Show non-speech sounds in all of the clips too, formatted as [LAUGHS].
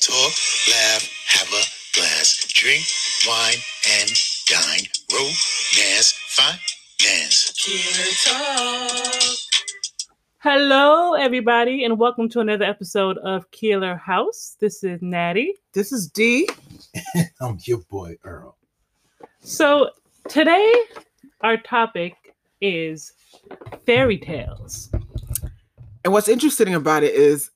Talk, laugh, have a glass. Drink, wine, and dine. Romance, finance. Killer Talk. Hello, everybody, and welcome to another episode of Keeler House. This is Natty. This is D. I'm your boy Earl. So, today our topic is fairy tales. And what's interesting about it is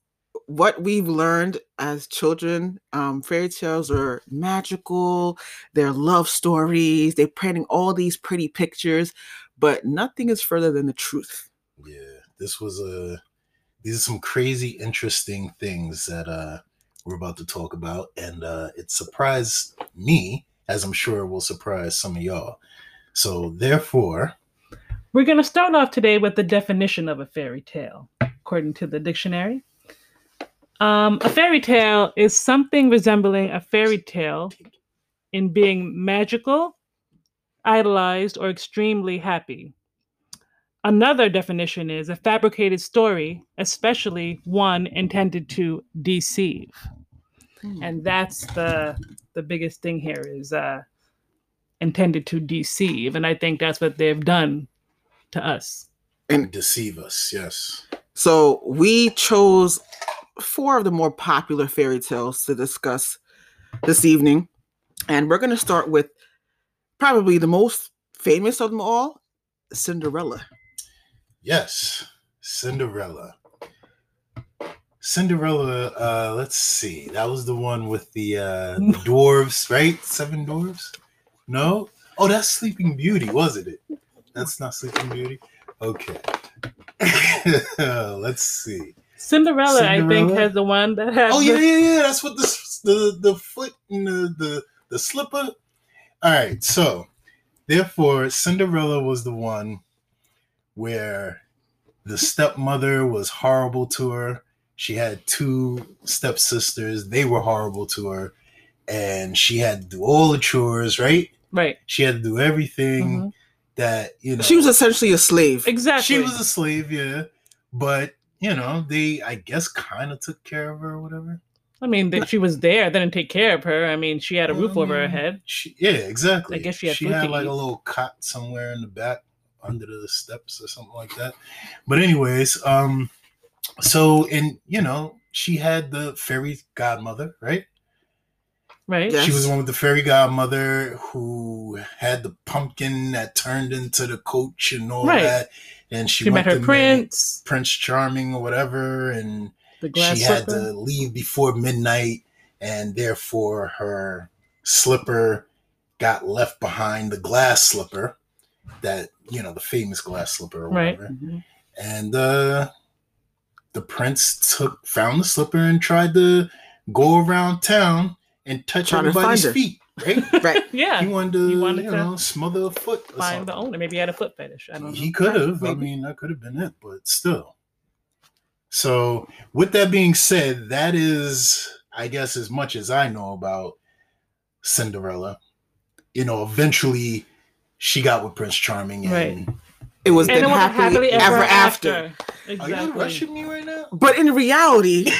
what we've learned as children. Um, fairy tales are magical, they're love stories, they're painting all these pretty pictures, but nothing is further than the truth. Yeah, this was a. These are some crazy, interesting things that uh, we're about to talk about, and uh, it surprised me, as I'm sure it will surprise some of y'all. So, therefore, We're going to start off today with the definition of a fairy tale, according to the dictionary. Um, a fairy tale is something resembling a fairy tale in being magical, idolized, or extremely happy. Another definition is a fabricated story, especially one intended to deceive. And that's the the biggest thing here is uh, intended to deceive, and I think that's what they've done to us. And deceive us. Yes, so we chose four of the more popular fairy tales to discuss this evening. And we're going to start with probably the most famous of them all Cinderella. yes, Cinderella. Cinderella. Uh, let's see. That was the one with the, uh, the dwarves, right? Seven dwarves. No. Oh, that's Sleeping Beauty, wasn't it? That's not Sleeping Beauty. Okay. [LAUGHS] Let's see. Cinderella, I think, Cinderella? has the one that has. Oh the- yeah, yeah, yeah. That's what the s- the the foot and the the, the slipper. All right. So therefore, Cinderella was the one where the stepmother was horrible to her. She had two stepsisters. They were horrible to her, and she had to do all the chores. Right? Right. She had to do everything Mhm. that you know. Mm-hmm. She was essentially a slave. Exactly. She was a slave, yeah. But you know, they I guess kind of took care of her or whatever. I mean, that she was there. They didn't take care of her. I mean, she had a Well, roof I over her mean, head. She, yeah, exactly. I guess she had food to like eat. a little cot somewhere in the back under the steps or something like that. But anyways, um, so and you know, she had the fairy godmother, right? Right. Yeah. She was Yes. the one with the fairy godmother who had the pumpkin that turned into the coach and all Right. that. And she, She met went her to marry prince, Prince Charming or whatever, and the glass she had slipper. to leave before midnight, and therefore her slipper got left behind the glass slipper that you know the famous glass slipper or Right. Mm-hmm. whatever. And uh, the prince took found the slipper and tried to go around town and touch Trying to find everybody's her. feet. Right? Right. [LAUGHS] He yeah. wanted to He you, wanted to know smother a foot. Or Find the something. owner. Maybe he had a foot fetish. I don't know. He could have. I mean, that could have been it, but still. So, with that being said, that is, I guess, as much as I know about Cinderella. You know, eventually she got with Prince Charming, and It was And then it was happily, ever, after. are you Exactly. rushing me right now? But in reality,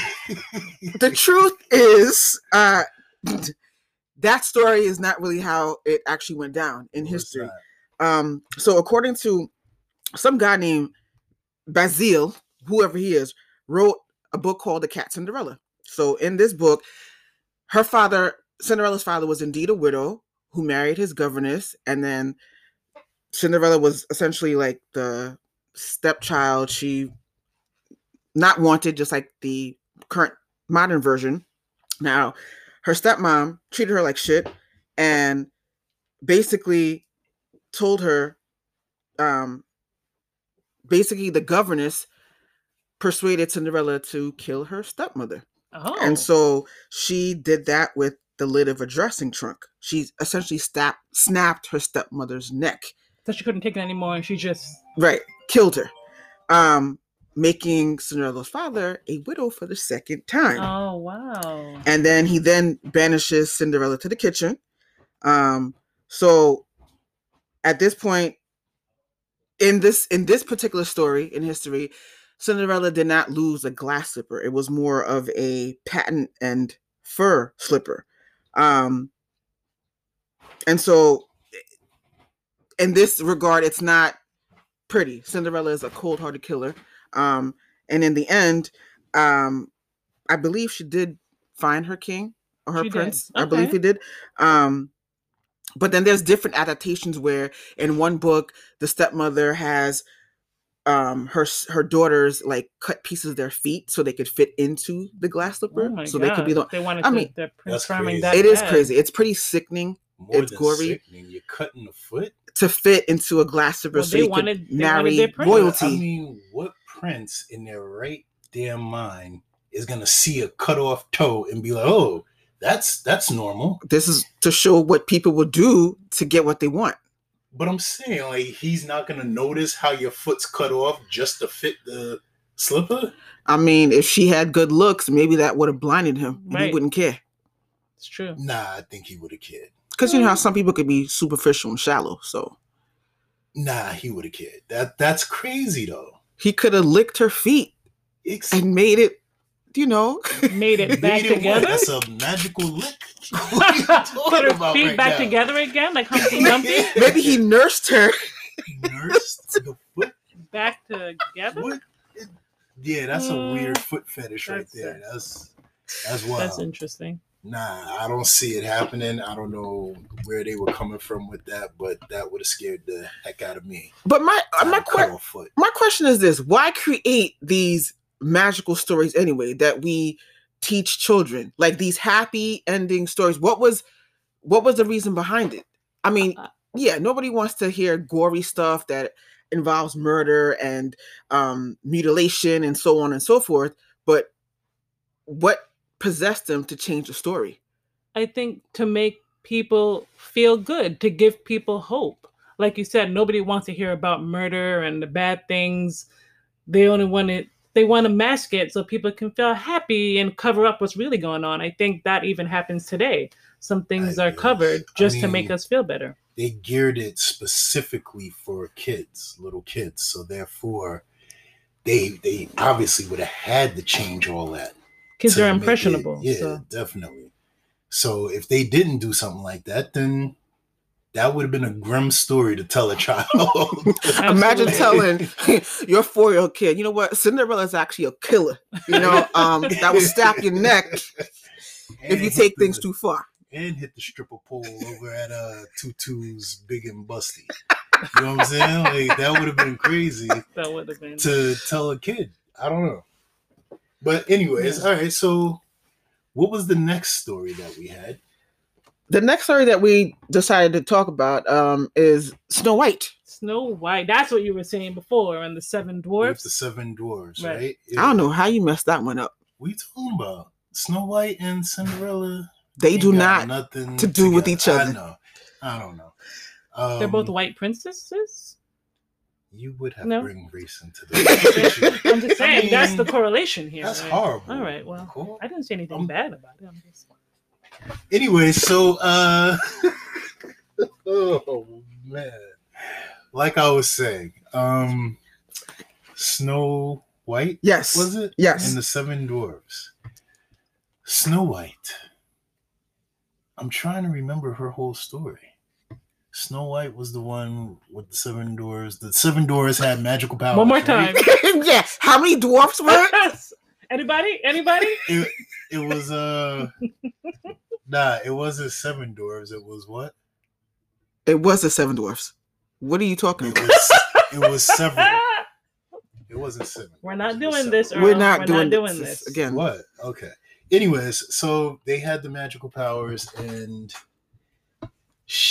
the truth is uh, [CLEARS THROAT] that story is not really how it actually went down in Or is history. that- Um, so, according to some guy named Basile, whoever he is, wrote a book called The Cat Cinderella. So, in this book, her father, Cinderella's father, was indeed a widow who married his governess, and then Cinderella was essentially like the stepchild she not wanted, just like the current modern version. Now, her stepmom treated her like shit and basically told her, um, basically, the governess persuaded Cinderella to kill her stepmother. Oh. And so she did that with the lid of a dressing trunk. She essentially snapped, snapped her stepmother's neck. so she couldn't take it anymore, and she just Right. Killed her. Um, making Cinderella's father a widow for the second time. Oh wow. And then he then banishes Cinderella to the kitchen. Um, so at this point in this in this particular story in history, Cinderella did not lose a glass slipper. It was more of a patent and fur slipper. Um, and so, in this regard, it's not pretty. Cinderella is a cold hearted killer. Um, and in the end, um, I believe she did find her king or her She did. prince. I believe Okay. he did. Um, but then there's different adaptations where in one book the stepmother has um her s- her daughters like cut pieces of their feet so they could fit into the glass slipper Oh my so God. they could be the they wanted I to, mean- they're That's confirming crazy. that. it is bad. crazy it's pretty sickening More It's than gory. sickening. You're cutting the foot. to fit into a glass slipper Well, so they you wanted- could they wanted their marry prince. royalty I mean, what prince in their right damn mind is gonna see a cut off toe and be like, "Oh, that's that's normal." this is to show what people will do to get what they want But I'm saying, like, he's not gonna notice how your foot's cut off just to fit the slipper. i mean if she had good looks maybe that would have blinded him and he Right. wouldn't care It's true. Nah, I think he would have cared. because you know how some people could be superficial and shallow so Nah, he would have cared. That that's crazy though. he could have licked her feet It's and made it, you know, [LAUGHS] Made it back [LAUGHS] made it work. together. That's a magical [LAUGHS] lick. What are you talking Put her about feet right back now? together again, like Humpty Dumpty, [LAUGHS] maybe he nursed her. nursed the foot. back together. What? It- Yeah, that's a weird foot fetish right Mm. That's there. it. That's that's wild. That's interesting. nah, I don't see it happening. I don't know where they were coming from with that, but that would have scared the heck out of me. But my uh, my Cut que- off foot. my question is this: Why create these magical stories anyway that we teach children, like these happy ending stories? What was what was the reason behind it? I mean, Uh, yeah, nobody wants to hear gory stuff that involves murder and um, mutilation and so on and so forth. But what possessed them to change the story? I think to make people feel good, to give people hope. Like you said, nobody wants to hear about murder and the bad things. They only want it. They want to mask it so people can feel happy and cover up what's really going on. I think that even happens today. Some things I are covered guess. I just to make mean- us feel better. They geared it specifically for kids, little kids. So therefore, they they obviously would have had to change all that. Kids to are make it- impressionable. yeah, So definitely. So if they didn't do something like that, then that would have been a grim story to tell a child. Imagine Absolutely. telling [LAUGHS] your four year old kid, you know what, Cinderella is actually a killer. You know, um, that will snap your neck [LAUGHS] if And you hit take the- [LAUGHS] things too far. and hit the stripper pole over at uh Tutu's Big and Busty. You know what I'm saying? Like that would have been crazy that would have been. to tell a kid. I don't know. But anyways, all right. So what was the next story that we had? The next story that we decided to talk about um, is Snow White. Snow White. That's what you were saying before on the Seven With the Dwarfs. seven dwarves, Right. right? I Yeah. don't know how you messed that one up. What you talking about? Snow White and Cinderella. They ain't do got not. nothing to do with each I other. know. I don't know. Um, They're both white [COUGHS] princesses. You would have No. bring race into [LAUGHS] the I'm just I saying that's the mean, correlation here. That's right? horrible. All right, well, Cool. I didn't say anything Um, bad about it. I'm just- anyway, so uh [LAUGHS] oh man. Like I was saying, um Snow White Yes. was it? Yes. And the Seven Dwarves. Snow White. I'm trying to remember her whole story. Snow White was the one with the seven doors. The seven doors had magical powers. One more right? time. [LAUGHS] [LAUGHS] yeah. How many dwarfs were? Yes. Anybody? [LAUGHS] Anybody? It was uh [LAUGHS] Nah, it wasn't seven dwarves. It was what? It was the seven dwarfs. What are you talking It about? was, it was several. Ah! It wasn't seven. We're not It was doing this, several. Earl. We're not We're doing, not doing this, this. again. What? Okay. Anyways, so they had the magical powers, and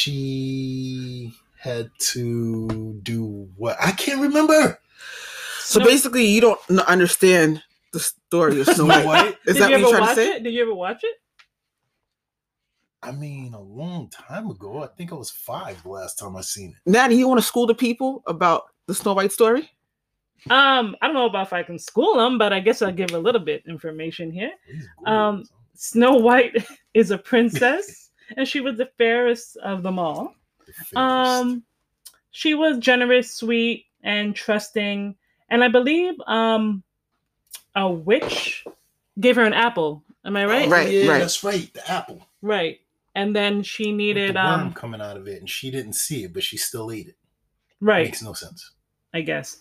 she had to do what? I can't remember. So Snow- basically, you don't n- understand the story of Snow Snow White. White. [LAUGHS] Did Is that you what ever you're trying to watch say? it? Did you ever watch it? I mean, a long time ago. I think I was five the last time I seen it. Natty, you want to school the people about the Snow White story? Um, I don't know about if I can school them, but I guess I'll give a little bit information here. Please Google Um, it. Snow White [LAUGHS] is a princess, and she was the fairest of them all. The fittest. Um, she was generous, sweet, and trusting, and I believe um, a witch gave her an apple Am I right? Oh, Right. Right, yeah, right. that's right. The apple. And then she with needed the worm um coming out of it, and she didn't see it, but she still ate it. right, Makes no sense. I guess.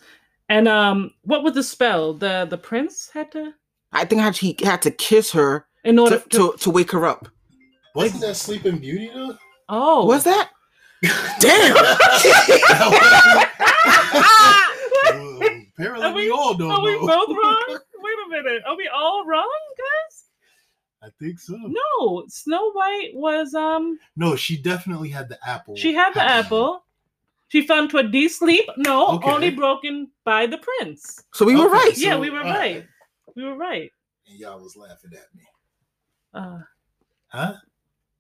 And um what was the spell? The the prince had to I think I- he had to kiss her in order to, to, to, to wake her up. Wasn't that Sleeping Beauty though? [LAUGHS] Oh What's that? Damn. [LAUGHS] Well, Are Apparently, we- we all don't Are we know. both wrong? Wait a minute. Are we all wrong, guys? I think so. No. No. Snow White was um she definitely had the apple. she had the happening. apple. She fell into a deep sleep. No, Okay. only broken by the prince. [LAUGHS] So we were Okay. right. yeah, So, we were uh, right. We were right. And y'all was laughing at me. Uh, Huh?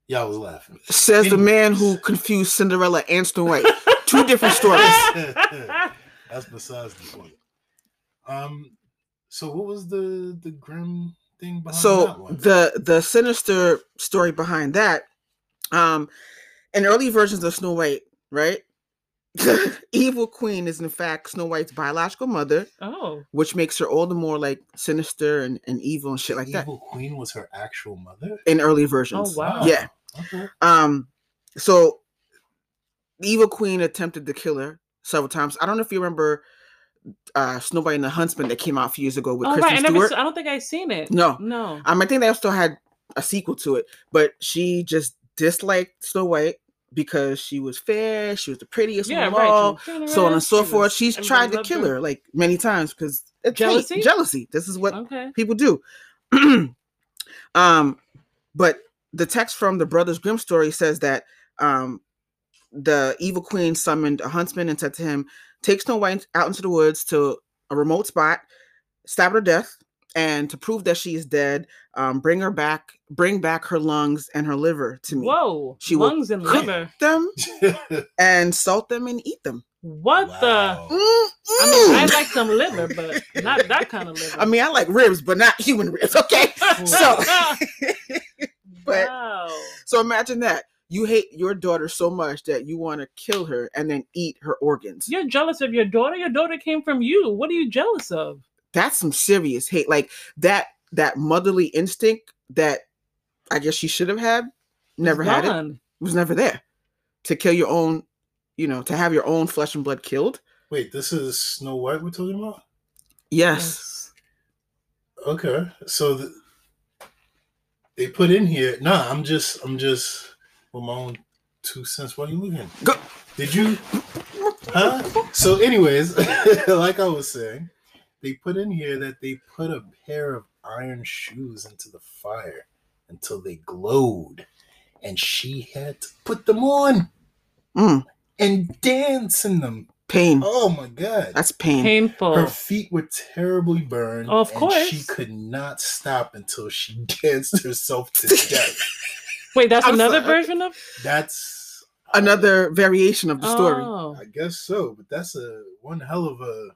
Y'all was [LAUGHS] laughing. [LAUGHS] Says the man who confused Cinderella and Snow White. Two different stories. [LAUGHS] That's besides the point. Um, so what was the the grim thing behind that so Oh, one? the the sinister story behind that um in early versions of snow white right [LAUGHS] evil queen is in fact snow white's biological mother oh, which makes her all the more like sinister and, and evil and shit like that Evil Oh, Queen was her actual mother. in early versions Oh, wow. uh, Yeah. Okay. um so the evil queen attempted to kill her several times i don't know if you remember uh snow white and the huntsman that came out a few years ago with oh right. I kristen never. stewart s- I don't think I've seen it. no No. Um, I think they still had a sequel to it, but she just disliked Snow White because she was fair, she was the prettiest yeah, one of all, right. she was so on and generous, so she forth. was- She's everybody tried to loved kill her like many times because Jealousy? Jealousy. This is what Okay. people do. [CLEARS THROAT] um, but the text from the Brothers Grimm story says that um, the evil queen summoned a huntsman and said to him, "Take Snow White out into the woods to a remote spot, stab her to death, and to prove that she is dead, um, bring her back, bring back her lungs and her liver to me. Whoa. She will lungs and cook liver. Them and salt them and eat them." What the? Wow. I mean, I Mm-mm. like some liver, but not that kind of liver. Mm. [LAUGHS] I mean, I like ribs, but not human ribs. Okay, [LAUGHS] so. [LAUGHS] but- wow. So imagine that. You hate your daughter so much that you want to kill her and then eat her organs. You're jealous of your daughter. Your daughter came from you. What are you jealous of? That's some serious hate. Like that that motherly instinct that I guess she should have had, never had it. Gone. Was never there. To kill your own, you know, to have your own flesh and blood killed. Wait, this is Snow White we're talking about? Yes. Yes. Okay. So th- they put in here. Nah, I'm just I'm just with my own two cents. Why are you looking? Go- Did you huh? So anyways, [LAUGHS] like I was saying, they put in here that they put a pair of iron shoes into the fire until they glowed. And she had to put them on Mm, and dance in them. pain. Oh my god. That's pain. Painful. Her feet were terribly burned. Oh. Of and She course. could not stop until she [LAUGHS] danced herself to death. Wait, that's I'm another sorry. version of That's Another variation of the story. Oh. I guess so, but that's a one hell of a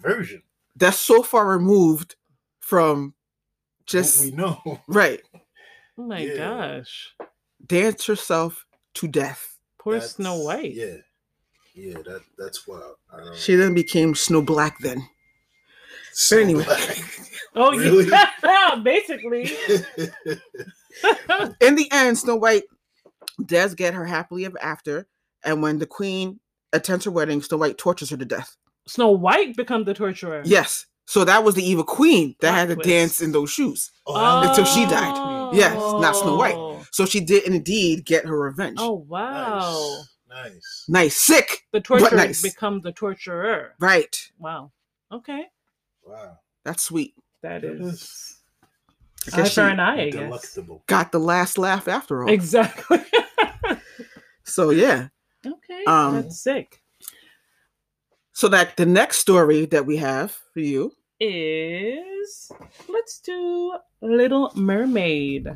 version. That's so far removed from Just just we know. right. Oh my Yeah. gosh. Dance yourself to death. Poor That's- Snow White. Yeah. Yeah, that that's wild. Um, She then became Snow Black then. so anyway. [LAUGHS] Oh, Really? yeah. [LAUGHS] Basically. In the end, Snow White does get her happily ever after, and when the queen attends her wedding, Snow White tortures her to death. Snow White become the torturer. Yes. So that was the evil queen that Plot had to twist. dance in those shoes. that Until makes she sense. died. Yes, not Snow White. Oh. So she did indeed get her revenge. Oh Nice. wow. Nice. Nice. Sick. The torturer nice. become the torturer. Right. Wow. Okay. Wow. That's sweet. That That is I eye guess she for an eye, I guess. Delectable. got the last laugh after all. Exactly. [LAUGHS] so yeah. okay. Um, that's sick. So that the next story that we have for you. Is let's do Little Mermaid.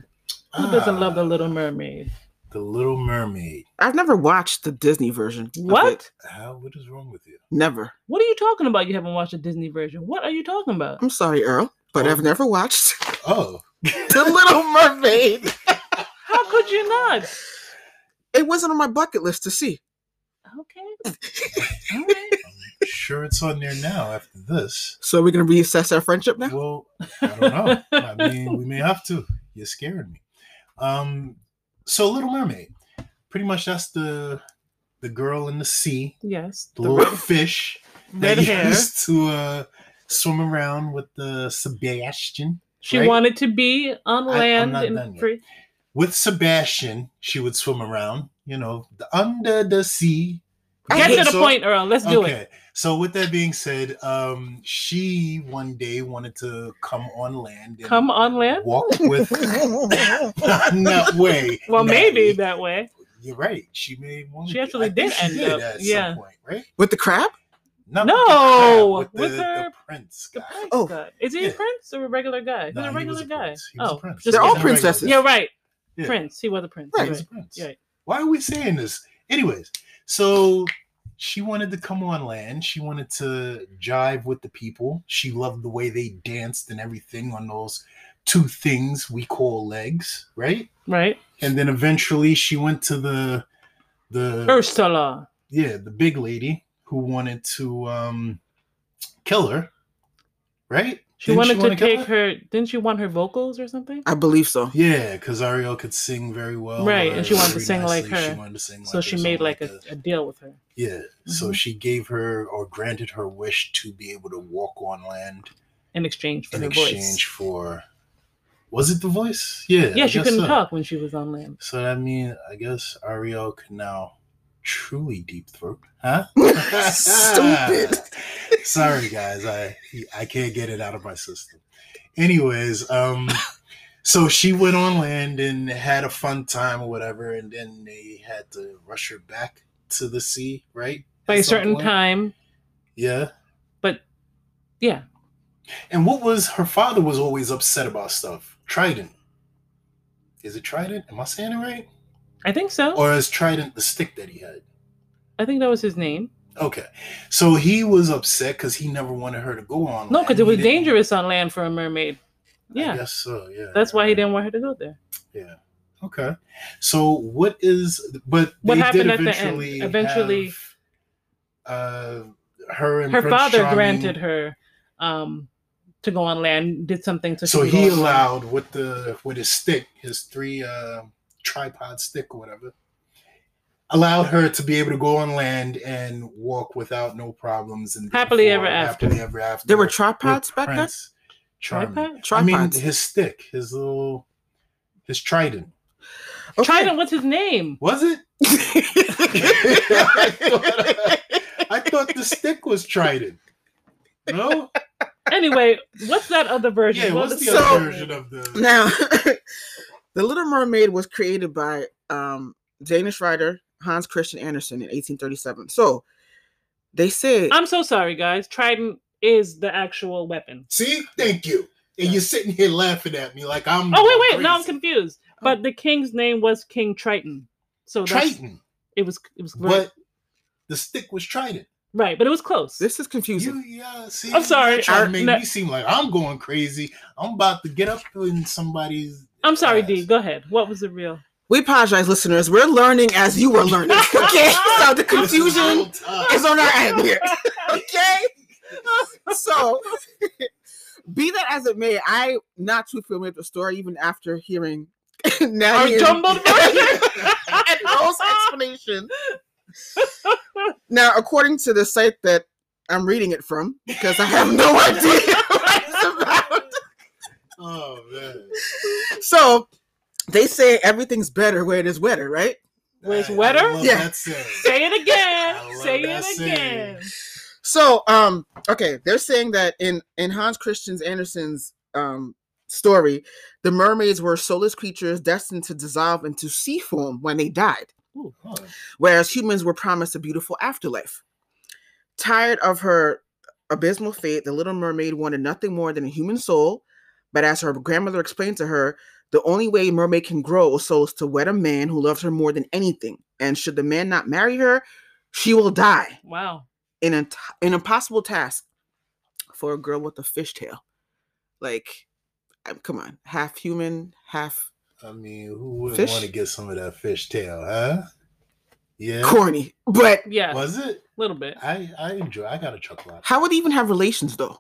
Who doesn't love the Ah, Little Mermaid? The Little Mermaid? I've never watched the Disney version. of it. What? How? What is wrong with you? Never. What are you talking about? You haven't watched the Disney version. What are you talking about? I'm sorry, Earl, but Oh. I've never watched [LAUGHS] Oh, The Little Mermaid. How could you not? It wasn't on my bucket list to see. Okay. All right. I'm sure it's on there now after this. [LAUGHS] So we're gonna reassess our friendship now. [LAUGHS] Well, I don't know. I mean, we may have to. You're scaring me. Um, so Little Mermaid, pretty much that's the the girl in the sea, Yes. the the [LAUGHS] little fish red that hair. used to uh, swim around with the Sebastian. She right? wanted to be on I- I'm land not done and yet. free. With Sebastian, she would swim around. You know, the- under the sea. Get to the So- point, Earl. Let's do it. So with that being said, um, she one day wanted to come on land. and Come on land. [LAUGHS] Walk with. no way. Well, No, maybe that way. You're right. She may. want She to- actually I think did she end up- At yeah. Some point, right. With the crab? Not No, with the, crab, with with the, her- the prince The guy. prince Oh. guy. Is he a Yeah. prince or a regular guy? He's Nah, a he regular was a guy. prince. He was a Oh, prince. just They're all kidding. princesses. You're right. Yeah. Prince. He was a prince. Right. He You're was a right. prince. Yeah. Why are we saying this? Anyways, so she wanted to come on land. She wanted to jive with the people. She loved the way they danced and everything on those two things we call legs, right? Right. And then eventually she went to the the Ursula. yeah, the big lady who wanted to um kill her, right? She Didn't wanted to wanna kill take her. Didn't she want her vocals or something? I believe [LAUGHS] so. Yeah, because Ariel could sing very well, Right, and she wanted to very sing like her. She wanted to sing So like she her, made something like a, Mm-hmm. that. a deal with her. Yeah. So Mhm. she gave her or granted her wish to be able to walk on land in exchange for in her exchange voice. for was it the voice? Yeah. Yeah, I she guess couldn't so. talk when she was on land. So that means I guess Ariel can now truly deep throat. Huh? Stupid. Sorry guys, I I can't get it out of my system. Anyways, um so she went on land and had a fun time or whatever, and then they had to rush her back to the sea, right? By At a some certain point? time, Yeah. yeah, And what was her father was always upset about stuff? Trident. Is it Trident? Am I saying it right? I think so. Or is Trident the stick that he had? I think that was his name. Okay. So he was upset because he never wanted her to go on. No, land. because Oh, He it was didn't- dangerous on land for a mermaid. I Yeah, guess so, yeah. that's why he right. didn't want her to go there. Yeah. Okay. So what is but What they happened at did the end? eventually Eventually- have, uh her and Her Prince father Charming- granted her um, to go on land, did something to. So she could he go on land. allowed with the with his stick, his three uh, tripod stick or whatever, allowed her to be able to go on land and walk without no problems and Happily therefore ever after. Happily ever after. There were with tripods back then? Prince Charming. Tripod? I mean, Tripods. his stick, his little, his trident. Okay. Trident, what's his name? Was it? I thought- I thought the stick was trident. No. Anyway, what's that other version? Yeah. What What's was the other so- version of the? [LAUGHS] now, [LAUGHS] The Little Mermaid was created by um, Danish writer Hans Christian Andersen in 1837. So they said I'm so sorry, guys. Trident is the actual weapon. See, thank you. And you're sitting here laughing at me like I'm. Oh wait, wait. No, I'm crazy. confused. But the king's name was King Triton. So that's, Triton, it was it was right, but the stick was Trident. right, but it was close. this is confusing. You, yeah, see, I'm sorry, you're trying I- to make no. me seem like I'm going crazy. I'm about to get up in somebody's. I'm sorry, ass. D. Go ahead. What was the real? we apologize, listeners. We're learning as you were learning. [LAUGHS] Okay, so the This is confusion real time. is [LAUGHS] on our end here. Okay, so [LAUGHS] be that as it may, I'm not too familiar with the story, even after hearing [LAUGHS] now Our hearing- [LAUGHS] jumbled version. and [LAUGHS] Earl's explanation. now, according to the site that I'm reading it from, because I have no [LAUGHS] idea what it's about. [LAUGHS] Oh man, So they say everything's better where it is wetter, right? Where's I- I wetter? love Yeah. that saying. Say it I again. love Say that it again. So, um, okay, they're saying that in in Hans Christian Andersen's um story, the mermaids were soulless creatures destined to dissolve into sea foam when they died. Huh. whereas humans were promised a beautiful afterlife. Tired of her abysmal fate, the little mermaid wanted nothing more than a human soul. But as her grandmother explained to her, the only way a mermaid can grow a soul is to wed a man who loves her more than anything. And should the man not marry her, she will die. Wow. An, int- an impossible task for a girl with a fishtail. Like, um, come on, half human, half I mean, who wouldn't Fish? want to get some of that fish tail, huh? Yeah. corny. But Yeah, a Was it? little bit. I I enjoy. I got a chuckle out. of it. How would they even have relations though?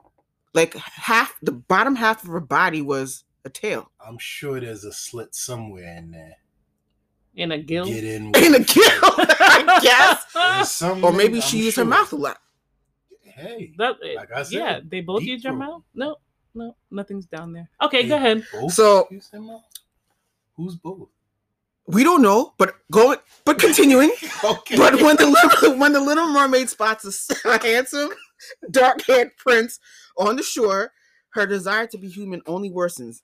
Like half the bottom half of her body was a tail. [LAUGHS] I'm sure there's a slit somewhere in there. in a gill. [LAUGHS] Get in. [LAUGHS] In a with- gill, I [LAUGHS] guess. There's something, [LAUGHS] Or maybe she I'm used her sure. mouth a lot. Hey, That- like I said, yeah, they both deep use your throat. mouth. No, no, nothing's down there. Okay, They go ahead. both So- use their mouth? who's both? [LAUGHS] We don't know, but going, but continuing. Okay. But when the little, [LAUGHS] when the Little Mermaid spots a s- a handsome, dark-haired prince on the shore, her desire to be human only worsens.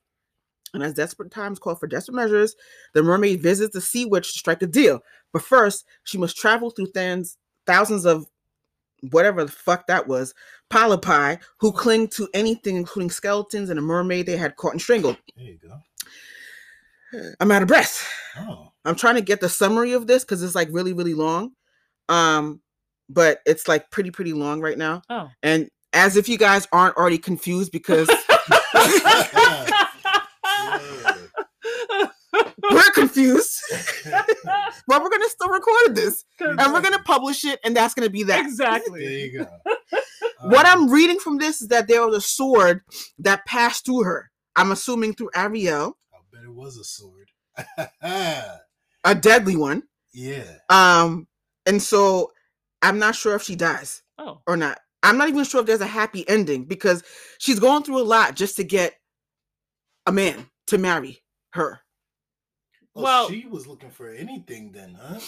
And as desperate times call for desperate measures, the mermaid visits the sea witch to strike a deal. But first, she must travel through thans, thousands of whatever the fuck that was polypi who cling to anything, including skeletons and a mermaid they had caught and strangled. there you go. I'm out of breath. Oh, I'm trying to get the summary of this because it's like really, really long. Um, but it's like pretty, pretty long right now. [LAUGHS] Oh. [LAUGHS] And as if you guys aren't already confused because yeah. we're confused, [LAUGHS] but we're gonna still record this and we're gonna Exactly. publish it, and that's gonna be that. there exactly. you go. [LAUGHS] What Um, I'm reading from this is that there was a sword that passed through her. I'm assuming through Ariel, I bet it was a sword. [LAUGHS] a deadly one. yeah. Um, and so I'm not sure if she dies. Oh, or not. I'm not even sure if there's a happy ending because she's going through a lot just to get a man to marry her. Oh, Well- she was looking for anything then, huh?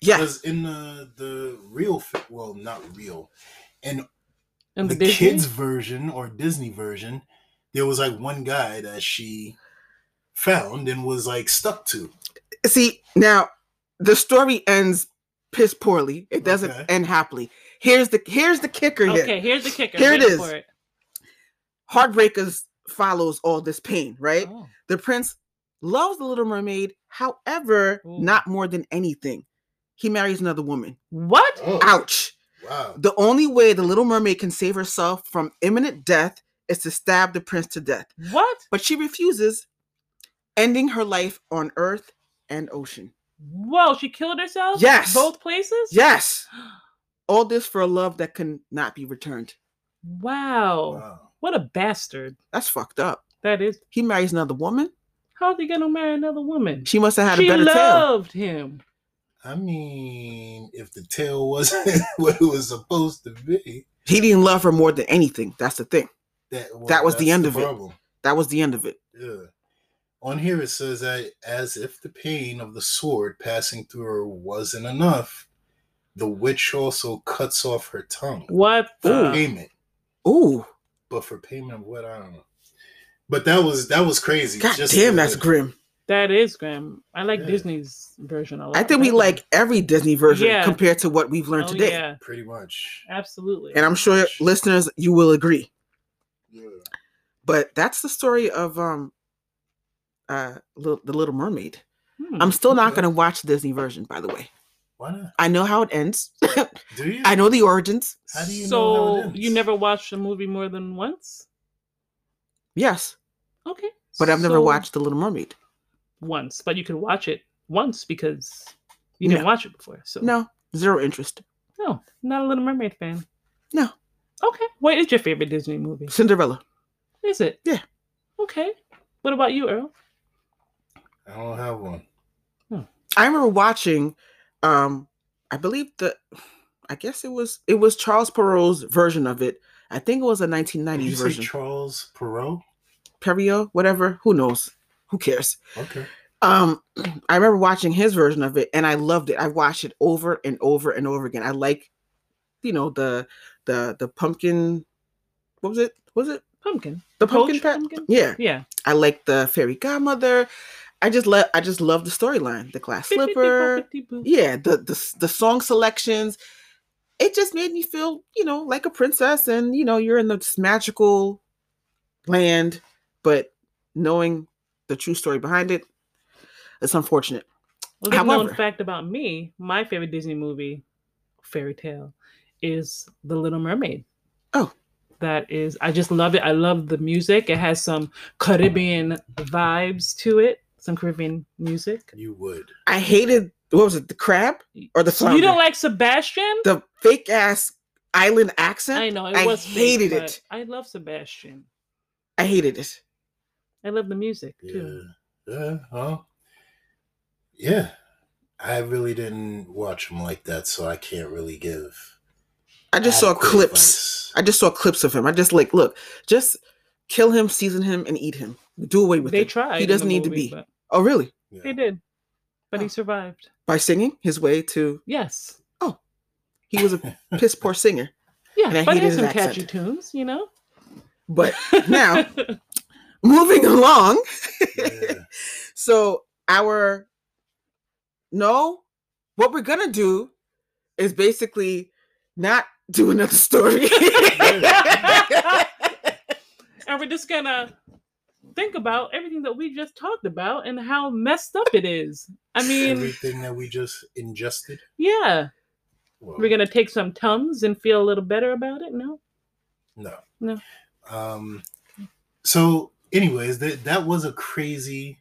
Yes. Because in the the real, fi- well, not real, in and the, the, Disney? kids version or Disney version, there was like one guy that she found and was like stuck to. See, now the story ends piss poorly. It doesn't Okay. end happily. Here's the here's the kicker here. Okay, here's the kicker. Here it Wait is. for it. Heartbreakers follows all this pain, right? Oh. The prince loves the little mermaid, however, Ooh. not more than anything. He marries another woman. What? Oh, Ouch. wow! The only way the little mermaid can save herself from imminent death is to stab the prince to death. What? But she refuses, ending her life on earth and ocean. Whoa, she killed herself? Yes. Both places? Yes. All this for a love that can not be returned. Wow. Wow. What a bastard. That's fucked up. That is. He marries another woman. How's he gonna marry another woman? She must have had She a better tale. loved him. I mean, if the tail wasn't [LAUGHS] what it was supposed to be, He didn't love her more than anything. That's the thing. that well, That was the that's end of it. problem. That was the end of it. Yeah. On here it says that as if the pain of the sword passing through her wasn't enough, the witch also cuts off her tongue. What For the- payment. Ooh, But for payment of what I don't know. But that was that was crazy. god damn, the- that's grim. that is grim. I like Yeah. Disney's version a lot. I think we better. like every Disney version Yeah. compared to what we've learned Oh, today. Yeah, pretty much. absolutely. And I'm sure Gosh. listeners, you will agree. Yeah. but that's the story of um uh Lit- the little mermaid Hmm. i'm still not okay. going to watch the disney version by the way Why not? i know how it ends [LAUGHS] Do you? i know the origins How do you so know? how it you ends? never watched a movie more than once? yes Okay. but i've never so watched the little mermaid once, but you could watch it once because you didn't No. watch it before. So no zero interest no, not a Little Mermaid fan. No. Okay. What is your favorite Disney movie? cinderella Is it? Yeah. Okay. What about you, Earl? I don't have one. i remember watching um i believe the i guess it was it was charles perrault's version of it i think it was a Did you 1990s say version Charles Perrault? Perriot, whatever who knows who cares Okay. um [CLEARS THROAT] i remember watching his version of it and i loved it i watched it over and over and over again i like you know the the the pumpkin what was it was it Pumpkin. the pumpkin Poached pat yeah Yeah. i like the fairy godmother i just love i just love the storyline the glass slipper Bippity-boppity-boo. yeah the, the s- the song selections it just made me feel you know like a princess and you know you're in this magical land but knowing the true story behind it it's unfortunate Well, there's known However- fact about me, my favorite Disney movie, fairy tale, is The Little Mermaid. Oh. That is, I just love it. I love the music. It has some Caribbean vibes to it, some Caribbean music. You would. I hated what was it, the crab or the flounder? You don't like Sebastian? the fake ass island accent. I I, know it I was fake, hated but it. I love Sebastian. hated it. I love the music Yeah. too. Yeah. Well, yeah. I really didn't watch him like that, so I can't really give. I just saw adequate clips. advice. I just saw clips of him. I just like, look, just kill him, season him, and eat him. Do away with They it. tried. in doesn't the need to movie, be. but Oh, really? Yeah. [LAUGHS] They did, but Oh. he survived. By singing his way to, Yes. he was a piss poor singer. Yeah, And I but hated there's his some catchy accent. tunes, you know. But now- moving along, Yeah. so our no, what we're gonna do is basically not do another story. [LAUGHS] [LAUGHS] and we're just gonna think about everything that we just talked about and how messed up it is. I mean, Everything that we just ingested. yeah, Well, we're gonna take some tums and feel a little better about it. No, No. No. Um. So, anyways, that that was a crazy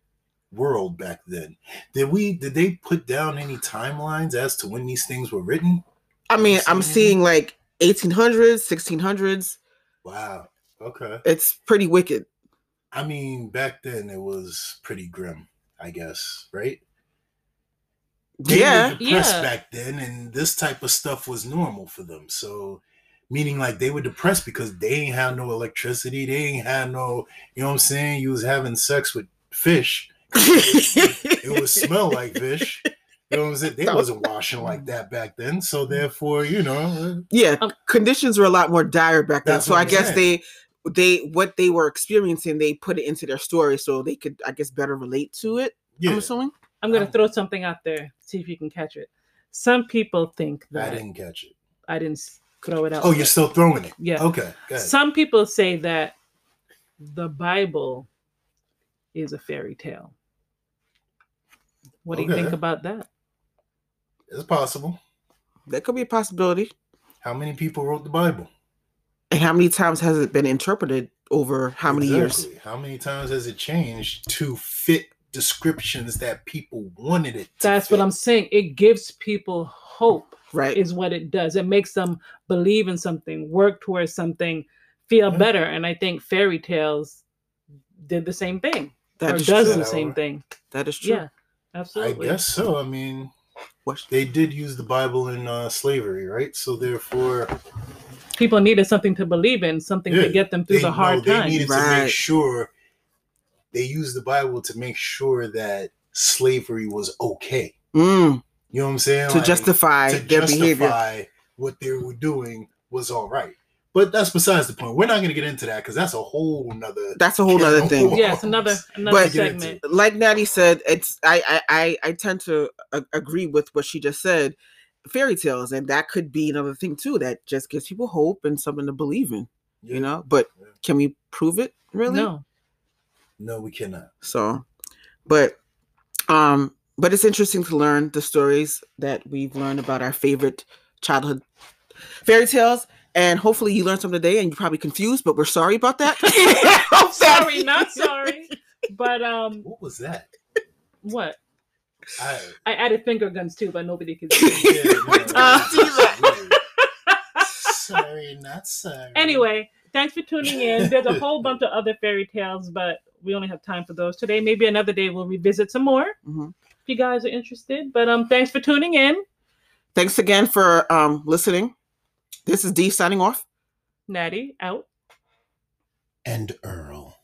world back then. Did we? Did they put down any timelines as to when these things were written? I mean, I'm Mhm. seeing like 1800s, 1600s. Wow. Okay. It's pretty wicked. I mean, back then it was pretty grim. I guess, right? They Yeah, were depressed Yeah. back then, and this type of stuff was normal for them. So, meaning like they were depressed because they ain't have no electricity. They ain't have no. You know what I'm saying? You was having sex with fish. [LAUGHS] it would smell like fish. You know what I'm saying? They wasn't washing Mm. like that back then, so therefore, you know, uh, yeah. Um, conditions were a lot more dire back then, That's so what I I'm guess saying. they they what they were experiencing they put it into their story so they could I guess better relate to it. I'm yeah. assuming. I'm gonna Um, throw something out there. See if you can catch it. Some people think I that didn't catch it. I didn't s- throw it out. Oh, you're still throwing it. yeah. Okay, good. Some people say that the Bible is a fairy tale. What do you think Okay. about that? It's possible. That could be a possibility. How many people wrote the Bible? And how many times has it been interpreted over how many years? Exactly. How many times has it changed to fit descriptions that people wanted it? To That's what fit? I'm saying. It gives people hope, Right. is what it does. It makes them believe in something, work towards something, feel Yeah. better. And I think fairy tales did the same thing that or is does true. true. the same thing. That is true. Yeah, I absolutely. guess so. I mean, What- they did use the Bible in uh, slavery, right? So therefore, People needed something to believe in, something Yeah, to get them through they- the hard no, They times. needed to Right. make sure they used the Bible to make sure that slavery was okay. Mm, You know what I'm saying? to Like, justify to their behavior. justify what they were doing was all right. But that's besides the point. We're not going to get into that because that's a whole nother. That's a whole Yeah, other no. thing. yes, another another But- segment. Like Natty said, it's I I I, I tend to a- agree with what she just said. Fairy tales, and that could be another thing too. That just gives people hope and something to believe in. You know, but Yeah. can we prove it really? No. No, we cannot. So, but um, but it's interesting to learn the stories that we've learned about our favorite childhood fairy tales. And hopefully you learned something today and you're probably confused, but we're sorry [LAUGHS] about that. [LAUGHS] Hope [LAUGHS] that- sorry, [LAUGHS] not sorry. But um, What was that? what? I, [LAUGHS] I added finger guns too, but nobody can [LAUGHS] see. yeah, no, We didn't that's do that. weird. sorry, not sorry. anyway, thanks for tuning in. There's a whole bunch of other fairy tales, but we only have time for those today. Maybe another day we'll revisit some more if Mhm. you guys are interested. But um, thanks for tuning in. Thanks again for um listening. This is Dee signing off. Natty out. And Earl.